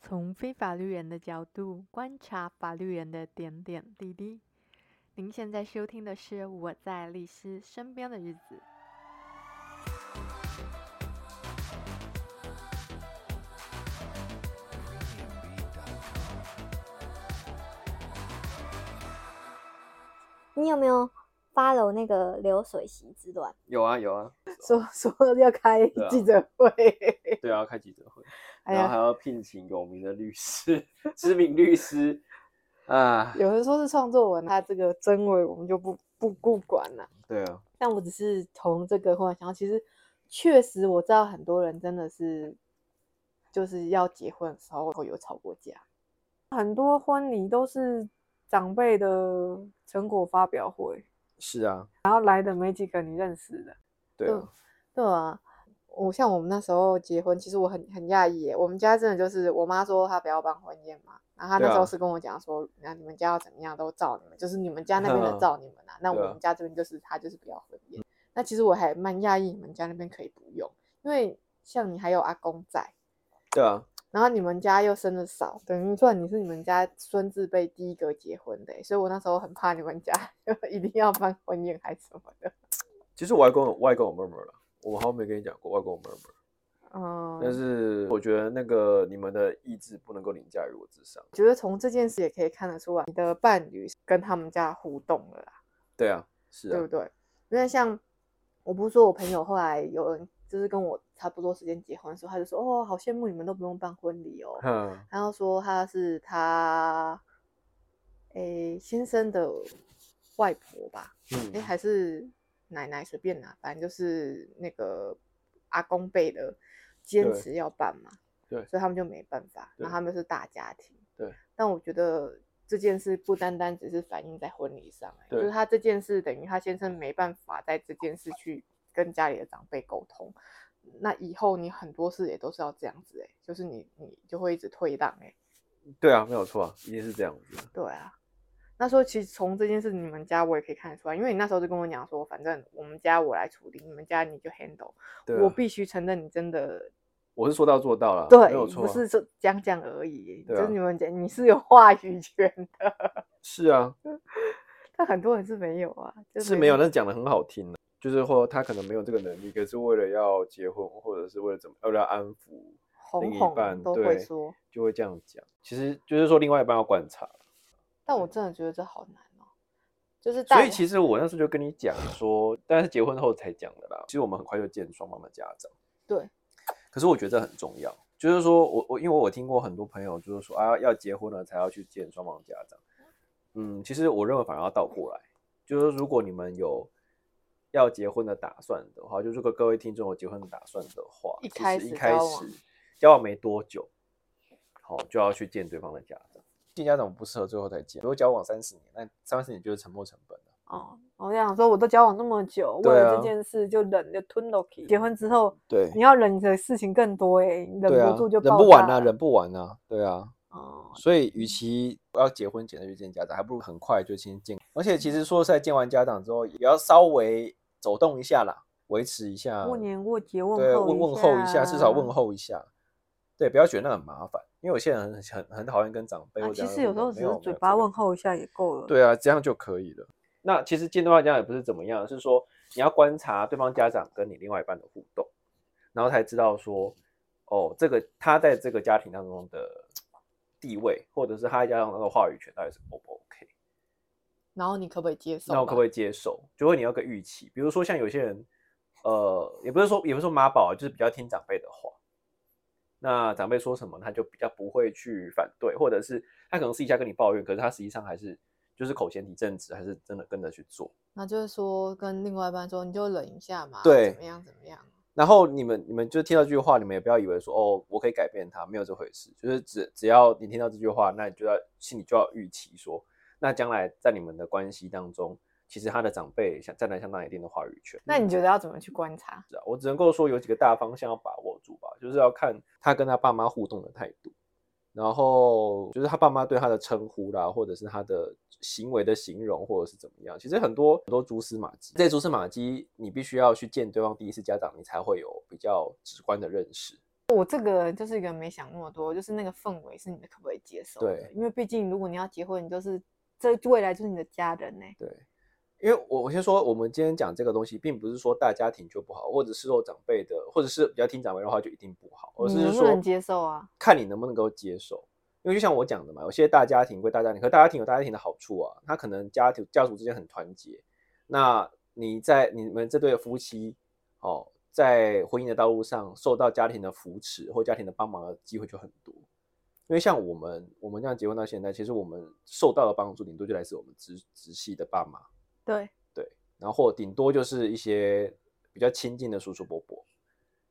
从非法律人的角度观察法律人的点点滴滴。您现在收听的是《我在律师身边的日子》。你有没有 follow 那个流水席之乱？有啊有啊， 说说要开对啊记者会，对 啊，开记者会，哎然后呀，还要聘请有名的律师， 知名律师啊，有人说是创作文，他这个真伪我们就不不不管了。对啊，但我只是从这个忽然想到，其实确实我知道很多人真的是就是要结婚的时候会有吵过架，很多婚礼都是长辈的成果发表会，是啊，然后来的没几个你认识的。对嗯啊，对啊，我像我们那时候结婚，其实我很很讶异耶。我们家真的就是我妈说她不要办婚宴嘛，然后她对那时候啊是跟我讲说，那、你们家要怎么样都照你们，就是你们家那边的 嗯照你们啊，那我对啊嗯们家这边就是她就是不要婚宴。那其实我还蛮讶异你们家那边可以不用，因为像你还有阿公在，对啊，然后你们家又生的少，等于算你是你们家孙子辈第一个结婚的耶，所以我那时候很怕你们家 一定要办婚宴还是什么的。其实我外公有外公有 murmur 了，我好像没跟你讲过外公有 murmur，嗯，但是我觉得那个你们的意志不能够凌驾于我之上，觉得从这件事也可以看得出来，你的伴侣是跟他们家互动了啦，对啊，是对不啊，对？因为像我不是说我朋友后来有人就是跟我差不多时间结婚的时候，他就说哦，好羡慕你们都不用办婚礼 哦。哼，然后说他是他诶先生的外婆吧，诶嗯，还是奶奶随便拿，反正就是那个阿公辈的坚对持要办嘛，对所以他们就没办法，然后对他们是大家庭，对。但我觉得这件事不单单只是反映在婚礼上、欸，就是对他这件事等于他先生没办法在这件事去跟家里的长辈沟通，那以后你很多事也都是要这样子、欸，就是你你就会一直退让、欸，对啊，没有错啊，一定是这样子的，对啊，那时候其实从这件事你们家我也可以看得出来，因为你那时候就跟我讲说，反正我们家我来处理，你们家你就 handle。对啊我必须承认，你真的我是说到做到了，对，没有错不啊，是说讲讲而已，对就啊是你们讲你是有话语权的，是啊，但很多人是没有啊，就是没有，但是讲的很好听的，啊就是或他可能没有这个能力，可是为了要结婚，或者是为了怎么，为了要安抚红另一红半都会对说，就会这样讲。其实就是说，另外一半要观察。但我真的觉得这好难哦，就是大所以家其实我那时候就跟你讲说，但是结婚后才讲的啦。其实我们很快就见双方的家长，对，可是我觉得这很重要。就是说我我因为我有听过很多朋友就是说啊要结婚了才要去见双方的家长，嗯，其实我认为反而要倒过来，就是如果你们有要结婚的打算的话，就是各各位听众有结婚的打算的话，一其实开始一开交往始交往没多久，好就要去见对方的家长。见家长不适合最后再见，如果交往三十年，那三十年就是沉没成本了。哦，我想说我都交往那么久，为对了啊这件事就忍就吞了去。结婚之后对你要忍的事情更多哎、你忍对不住就啊、忍爆不完炸啊，了忍不完啊，对啊。哦，所以，与其要结婚简单去见家长，还不如很快就先见。而且，其实说实在，见完家长之后，也要稍微走动一下啦，维持一下过年过节问嗯对候问一问候一下，至少问下啊候一下。对，不要觉得那很麻烦，因为有些人很很很讨厌跟长辈啊或者其长辈实有互时候动只没有是嘴没有巴这个问候一下也够了。对啊，这样就可以了。那其实见对方家长也不是怎么样，是说你要观察对方家长跟你另外一半的互动，然后才知道说，哦，这个他在这个家庭当中的地位，或者是他在家当中的话语权到底是 O 不 OK？然后你可不可以接受吧？那我可不可以接受？就会你要有个预期，比如说像有些人，呃，也不是说也不是说妈宝啊，就是比较听长辈的话。那长辈说什么，他就比较不会去反对，或者是他可能私底下跟你抱怨，可是他实际上还是就是口嫌体正直，还是真的跟着去做。那就是说跟另外一半说，你就忍一下嘛，对怎么样怎么样？然后你们你们就听到这句话，你们也不要以为说哦，我可以改变他，没有这回事。就是只只要你听到这句话，那你就要心里就要预期说，那将来在你们的关系当中，其实他的长辈想占了相当一定的话语权。那你觉得要怎么去观察？是啊，我只能够说有几个大方向要把握住吧，就是要看他跟他爸妈互动的态度，然后就是他爸妈对他的称呼啦，或者是他的行为的形容，或者是怎么样。其实很多很多蛛丝马迹，这些蛛丝马迹你必须要去见对方第一次家长，你才会有比较直观的认识。我这个人就是一个没想那么多，就是那个氛围是你们可不可以接受的？对因为毕竟如果你要结婚，你就是这未来就是你的家人呢、对，因为我我先说，我们今天讲这个东西，并不是说大家庭就不好，或者是受长辈的，或者是比较听长辈的话就一定不好，而你是能不说能接受啊？看你能不能够接受。因为就像我讲的嘛，有些大家庭归大家庭，可大家庭有大家庭的好处啊，他可能家庭家族之间很团结。那你在你们这对夫妻，哦，在婚姻的道路上受到家庭的扶持或家庭的帮忙的机会就很多。因为像我们我们这样结婚到现在，其实我们受到的帮助顶多就来自我们直直系的爸妈，对，然后顶多就是一些比较亲近的叔叔伯伯。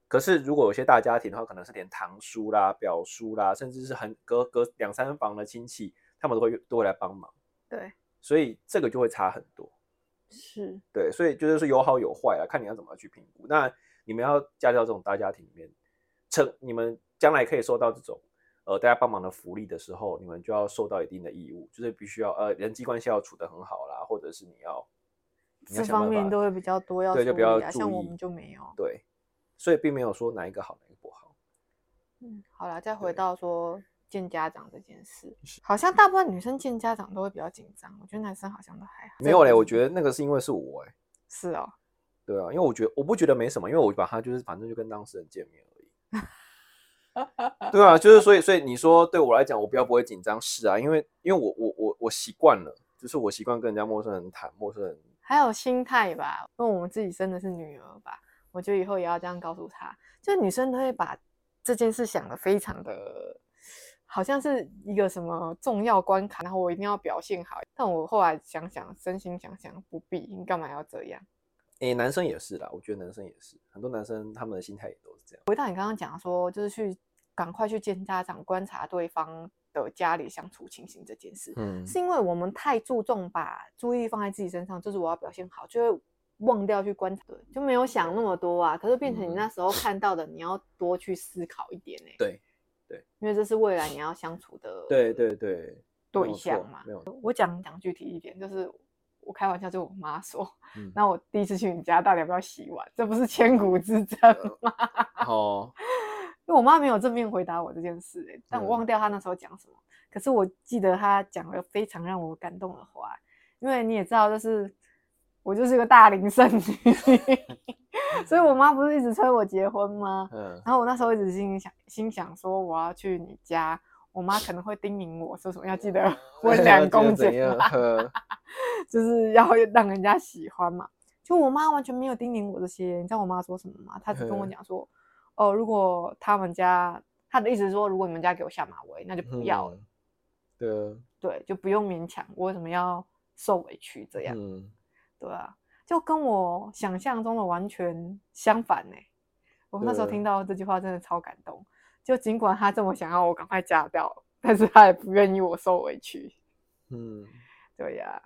可是如果有些大家庭的话，可能是连堂叔啦、表叔啦，甚至是很隔隔两三房的亲戚，他们都会都会来帮忙。对，所以这个就会差很多。是对，所以就是说有好有坏啊，看你要怎么去评估。那你们要加入到这种大家庭里面，成你们将来可以受到这种呃大家帮忙的福利的时候，你们就要受到一定的义务，就是必须要呃人际关系要处得很好啦，或者是你要你要这想办方面法都会比较多要对，就注比较意啊，注像我意们就没有。对，所以并没有说哪一个好，哪一个不好。嗯，好了，再对回到说见家长这件事，好像大部分女生见家长都会比较紧张，我觉得男生好像都还好。没有嘞，我觉得得那个是因为是我哎、是哦，对啊，因为我觉得我不觉得没什么，因为我把他就是反正就跟当事人见面而已。对啊，就是所以所以你说对我来讲，我比较不会紧张是啊，因为因为我我我我习惯了，就是我习惯跟人家陌生人谈，陌生人还有心态吧，因为我们自己生的是女儿吧，我觉得以后也要这样告诉她，就女生都会把这件事想得非常的，好像是一个什么重要关卡，然后我一定要表现好。但我后来想想，真心想想不必，你干嘛要这样？诶，男生也是啦，我觉得男生也是，很多男生他们的心态也都是这样。回到你刚刚讲说，就是去赶快去见家长，观察对方的家里相处情形这件事，嗯是因为我们太注重把注意力放在自己身上，就是我要表现好，就会忘掉去观察，就没有想那么多啊。可是变成你嗯那时候看到的，你要多去思考一点呢、对因为这是未来你要相处的对对对，没对有象错嘛没有。我讲讲具体一点，就是我开玩笑，就我妈说，嗯那我第一次去你家，到底要不要洗碗？这不是千古之争吗？哦，因为我妈没有正面回答我这件事、欸，但我嗯忘掉她那时候讲什么。可是我记得她讲了非常让我感动的话，因为你也知道，就是我就是个大龄剩 女，所以我妈不是一直催我结婚吗？ 嗯，然后我那时候一直心里想，心想说我要去你家，我妈可能会叮咛我说什么要 记得温要良记得恭怎俭样？让，呵就是要 让人家喜欢嘛。就我妈完全没有叮咛我这些，你知道我妈说什么吗？她只跟我嗯讲说，哦，如果他们家，她的意思是说，如果你们家给我下马威，那就不要了，嗯对啊，对，就不用勉强，我为什么要受委屈这样？嗯，对啊，就跟我想象中的完全相反呢、我那时候对听到这句话真的超感动。就尽管他这么想要我赶快嫁掉，但是他也不愿意我受委屈。嗯，对呀、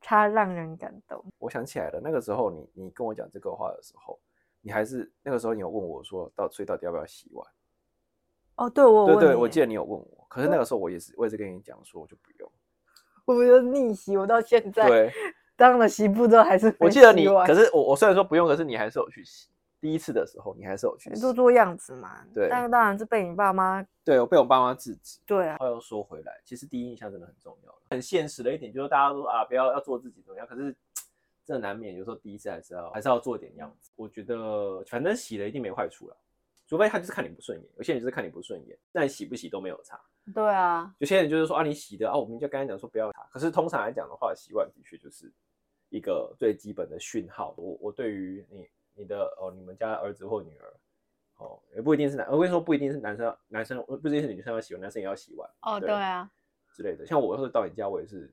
他让人感动。我想起来了，那个时候你你跟我讲这个话的时候，你还是那个时候你有问我说到所以到底要不要洗碗？哦，对，我有对问对，你我记耶得你有问我，可是那个时候我也是我也是跟你讲说我就不用。我不就逆袭，我到现在 对，当了媳妇之后还是我会记得洗你，碗可是我我虽然说不用，可是你还是有去洗。第一次的时候你还是有去洗做。做样子嘛。对但当然是被你爸妈对，我被我爸妈制止。对啊，话又说回来，其实第一印象真的很重要，很现实的一点就是大家都说啊，不要要做自己怎么样，可是这难免有时候第一次还是要还是要做点样子。我觉得反正洗了一定没坏处了，除非他就是看你不顺眼，有些人就是看你不顺眼，但洗不洗都没有差。对啊，有些人就是说啊，你洗的啊，我们就刚才讲说不要擦。可是通常来讲的话，洗碗的确就是一个最基本的讯号。我我对于你你的哦，你们家儿子或女儿哦，也不一定是男，我跟你说不一定是男生，男生呃不一定是女生要洗碗，男生也要洗碗哦，对对啊，之类的。像我有时候到你家，我也是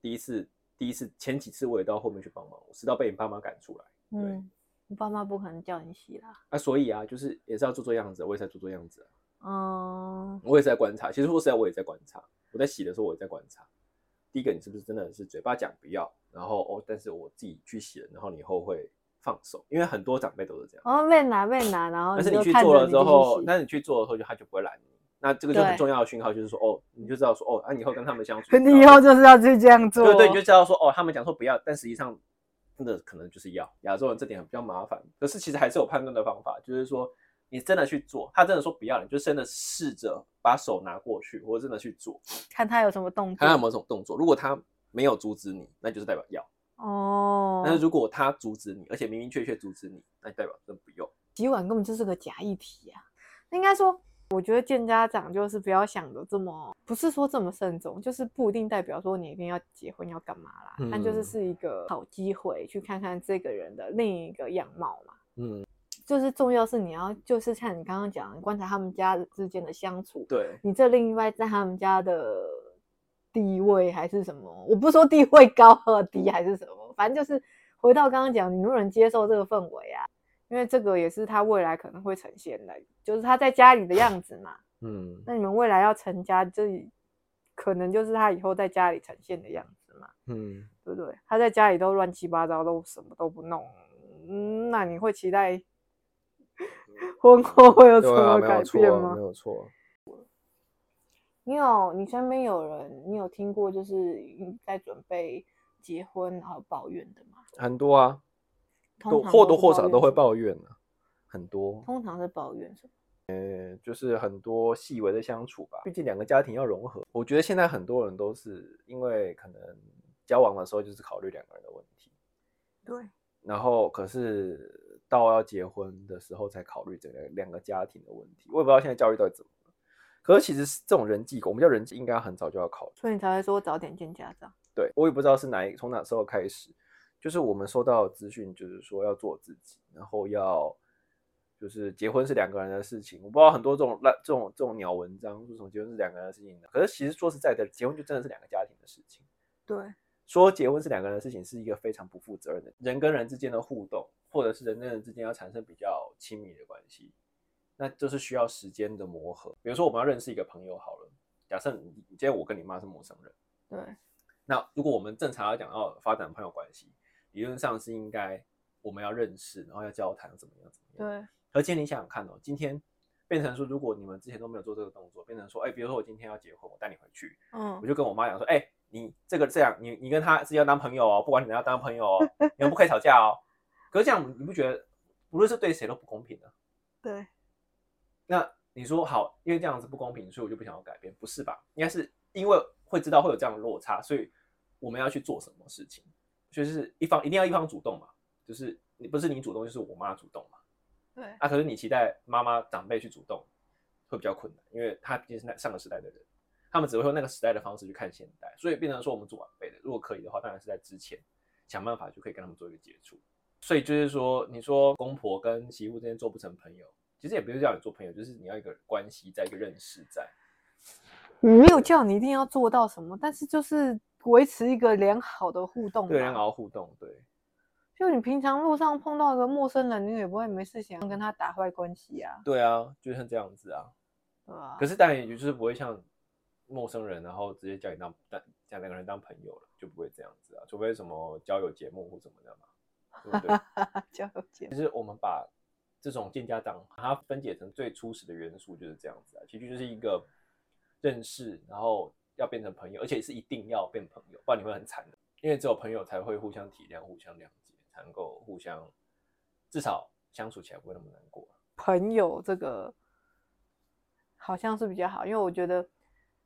第一次，第一次前几次我也到后面去帮忙，我直到被你爸妈赶出来。对嗯，你爸妈不可能叫你洗啦。啊，所以啊，就是也是要做做样子，我也是在做做样子啊、嗯，我也是在观察。其实说实在，我也在观察。我在洗的时候，我也在观察。第一个，你是不是真的是嘴巴讲不要，然后哦，但是我自己去洗了，然后你以后会放手，因为很多长辈都是这样。然后被拿被拿，啊然后但是就你去看做着哦了你之自己后，洗那你去做了之后，就他就不会拦你。那这个就很对重要的讯号，就是说哦，你就知道说哦，啊，你以后跟他们相处，你以后就是要去这样做。对对，你就知道说哦，他们讲说不要，但实际上真的可能就是要。亚洲人这点比较麻烦，可是其实还是有判断的方法，就是说你真的去做，他真的说不要，你就真的试着把手拿过去，或者真的去做，看他有什么动作看他有没有这种动作。如果他没有阻止你，那就是代表要；哦但。是如果他阻止你，而且明明确确阻止你，那代表真的不用。洗碗根本就是个假议题啊！应该说，我觉得见家长就是不要想的这么，不是说这么慎重，就是不一定代表说你一定要结婚要干嘛啦，但就嗯是是一个好机会去看看这个人的另一个样貌嘛。嗯，就是重要是你要，就是像你刚刚讲的，观察他们家之间的相处，对，你这另一半在他们家的地位还是什么？我不说地位高和低还是什么，反正就是回到刚刚讲，你能不能接受这个氛围啊？因为这个也是他未来可能会呈现的，就是他在家里的样子嘛。嗯，那你们未来要成家，这可能就是他以后在家里呈现的样子嘛，嗯，对不对？他在家里都乱七八糟，都什么都不弄，嗯，那你会期待 婚后会有什么改变吗？啊有错。你有你身边有人，你有听过就是嗯在准备结婚然后抱怨的吗？很多啊，通都常或都多是或少怨都会什么，抱怨啊，很多，通常是抱怨什么？呃就是很多细微的相处吧。毕竟两个家庭要融合，我觉得现在很多人都是因为可能交往的时候就是考虑两个人的问题，对，然后可是到要结婚的时候才考虑整个两个家庭的问题。我也不知道现在教育到底怎么了。可是其实是这种人际，我们叫人际，应该很早就要考虑。所以你才会说早点见家长。对我也不知道是哪一从哪时候开始，就是我们收到的资讯，就是说要做自己，然后要就是结婚是两个人的事情。我不知道很多这种烂这种这种鸟文章说什么结婚是两个人的事情的，可是其实说实在的，结婚就真的是两个家庭的事情。对，说结婚是两个人的事情，是一个非常不负责任的人跟人之间的互动，或者是人跟人之间要产生比较亲密的关系，那就是需要时间的磨合。比如说我们要认识一个朋友好了，假设你今天我跟你妈是陌生人。对，那如果我们正常要讲到发展朋友关系，理论上是应该我们要认识，然后要交谈怎么样怎么样。对。对，而且你想想看哦，今天变成说，如果你们之前都没有做这个动作，变成说，哎，比如说我今天要结婚，我带你回去，嗯我，就跟我妈讲说，哎，你这个这样，你你跟他是要当朋友哦，不管你们要当朋友哦，你们不可以吵架哦。可是这样你不觉得，无论是对谁都不公平的、对，那你说好，因为这样子不公平，所以我就不想要改变，不是吧？应该是因为会知道会有这样的落差，所以我们要去做什么事情，就是一方一定要一方主动嘛，就是你不是你主动，就是我妈主动嘛。对啊，可是你期待妈妈长辈去主动，会比较困难，因为她毕竟是那上个时代的人，他们只会用那个时代的方式去看现代，所以变成说我们做晚辈的，如果可以的话，当然是在之前想办法就可以跟他们做一个接触。所以就是说，你说公婆跟媳妇之间做不成朋友，其实也不是叫你做朋友，就是你要一个关系在，一个认识在。没有叫你一定要做到什么，但是就是维持一个良好的互动。对，然后。互动，对，就你平常路上碰到一个陌生人，你也不会没事想要跟他打坏关系啊，对啊，就像这样子啊。对吧？可是当然也就是不会像陌生人，然后直接叫你当当叫两个人当朋友了，就不会这样子啊，除非什么交友节目或什么的嘛，对不对？ 交友节目这种见家长，把它分解成最初始的元素就是这样子啊，其实就是一个认识，然后要变成朋友，而且是一定要变朋友，不然你会很惨的。因为只有朋友才会互相体谅、互相谅解，才能够互相至少相处起来不会那么难过。啊朋友这个好像是比较好，因为我觉得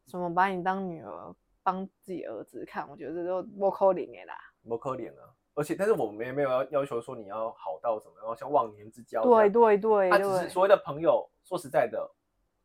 什么把你当女儿帮自己儿子看，我觉得这都莫扣脸的啦。不可怜啊！而且，但是我们也没有要要求说你要好到什么，然后像忘年之交这对样。对对他只是对，所谓的朋友，说实在的，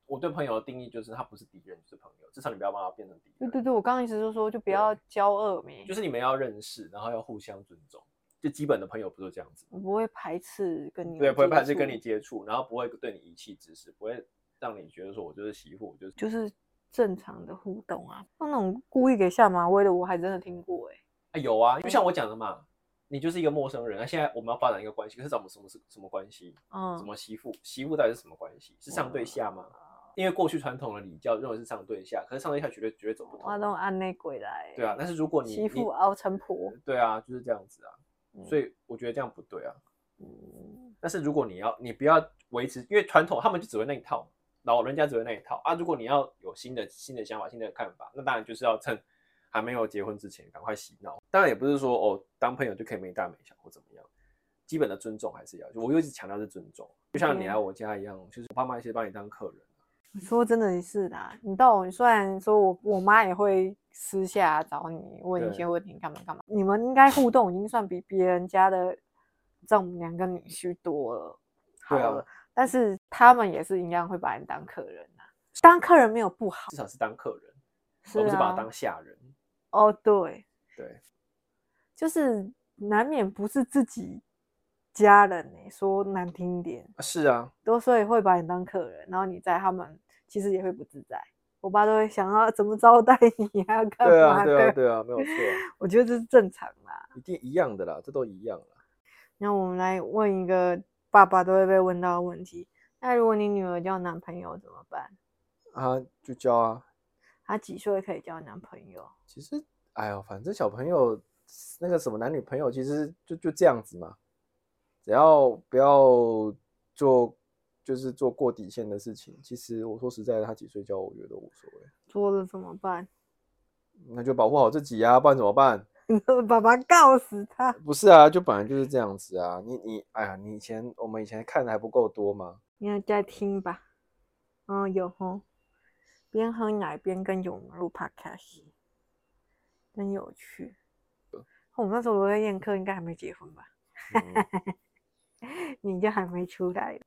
我对朋友的定义就是他不是敌人就是朋友，至少你不要把他变成敌对人。对对，我刚刚意思是说，就不对要骄傲没，就是你们要认识，然后要互相尊重，就基本的朋友不就这样子？我不会排斥跟你嗯对，有不会嗯接怕是跟触你，接触，然后不会对你一气之使，不会让你觉得说我就是媳妇，我就是就是正常的互动啊。那种故意给下马威的，我还真的听过哎、啊有啊，就像我讲的嘛，你就是一个陌生人，那现在我们要发展一个关系，可是怎么什么是什么关系？嗯，什么媳妇？媳妇到底是什么关系？是上对下吗？嗯因为过去传统的礼教认为是上对下，可是上对下绝对绝对走不通我啊。都按内鬼来，对啊，但是如果你媳妇你熬成婆，对啊，就是这样子啊，嗯所以我觉得这样不对啊。嗯但是如果你要，你不要维持，因为传统他们就只会那一套，老人家只会那一套啊。如果你要有新的新的想法、新的看法，那当然就是要趁还没有结婚之前赶快洗脑。当然也不是说哦，当朋友就可以没大没小或怎么样，基本的尊重还是要，我又一直强调是尊重，就像啊你来我家一样，就是我爸妈其实把你当客人。说真的是啦，你到我虽然说我我妈也会私下找你问一些对问题干嘛干嘛，你们应该互动已经算比别人家的丈母娘跟女婿多了，好对啊了，但是他们也是一样会把你当客人啊，当客人没有不好，至少是当客人，是而不是把啊他当下人。哦对，对，就是难免不是自己家人呢、说难听一点，啊是啊，都所以会把你当客人，然后你在他们其实也会不自在。我爸都会想要 怎么招待你，还要干对嘛的？啊，对啊，对啊，没有错啊，我觉得这是正常啦。一定一样的啦，这都一样啦。那我们来问一个爸爸都会被问到的问题：那如果你女儿交男朋友怎么办？啊，就教啊，她几岁可以交男朋友？其实，哎呦，反正小朋友那个什么男女朋友，其实就就这样子嘛，只要不要做就是做过底线的事情，其实我说实在的，他几岁教我觉得无所谓，做了怎么办？ 那就保护好自己啊，不然怎么办？爸爸告死他！不是啊，就本来就是这样子啊，你你哎呀，你以前我们以前看的还不够多吗？你要再听吧。嗯，有哦。边喝奶边跟我们录 podcast，真有趣。我们那时候我在宴客，应该还没结婚吧？ 嗯你就还没出来，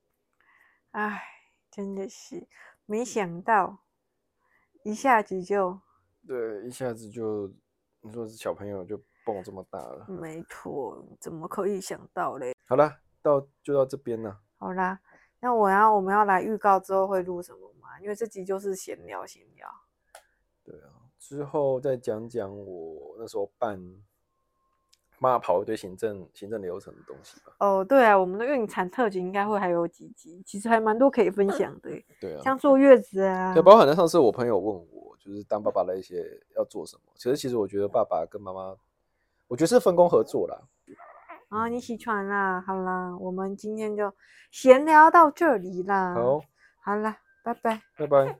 唉，真的是没想到，一下子就对，一下子就你说是小朋友就蹦这么大了。没错，怎么可以想到嘞？好了，到就到这边了。好啦，那我要我们要来预告之后会录什么吗？因为这集就是闲聊闲聊，对啊，之后再讲讲我那时候办，帮他跑一堆行政行政流程的东西吧。哦，对啊，我们的孕产特辑应该会还有几集，其实还蛮多可以分享的耶，对啊，像坐月子啊对，，包含了上次我朋友问我，就是当爸爸的一些要做什么。其实其实我觉得爸爸跟妈妈，我觉得是分工合作啦。啊，你起床啦，好啦，我们今天就闲聊到这里啦，好，好啦，拜拜。拜拜。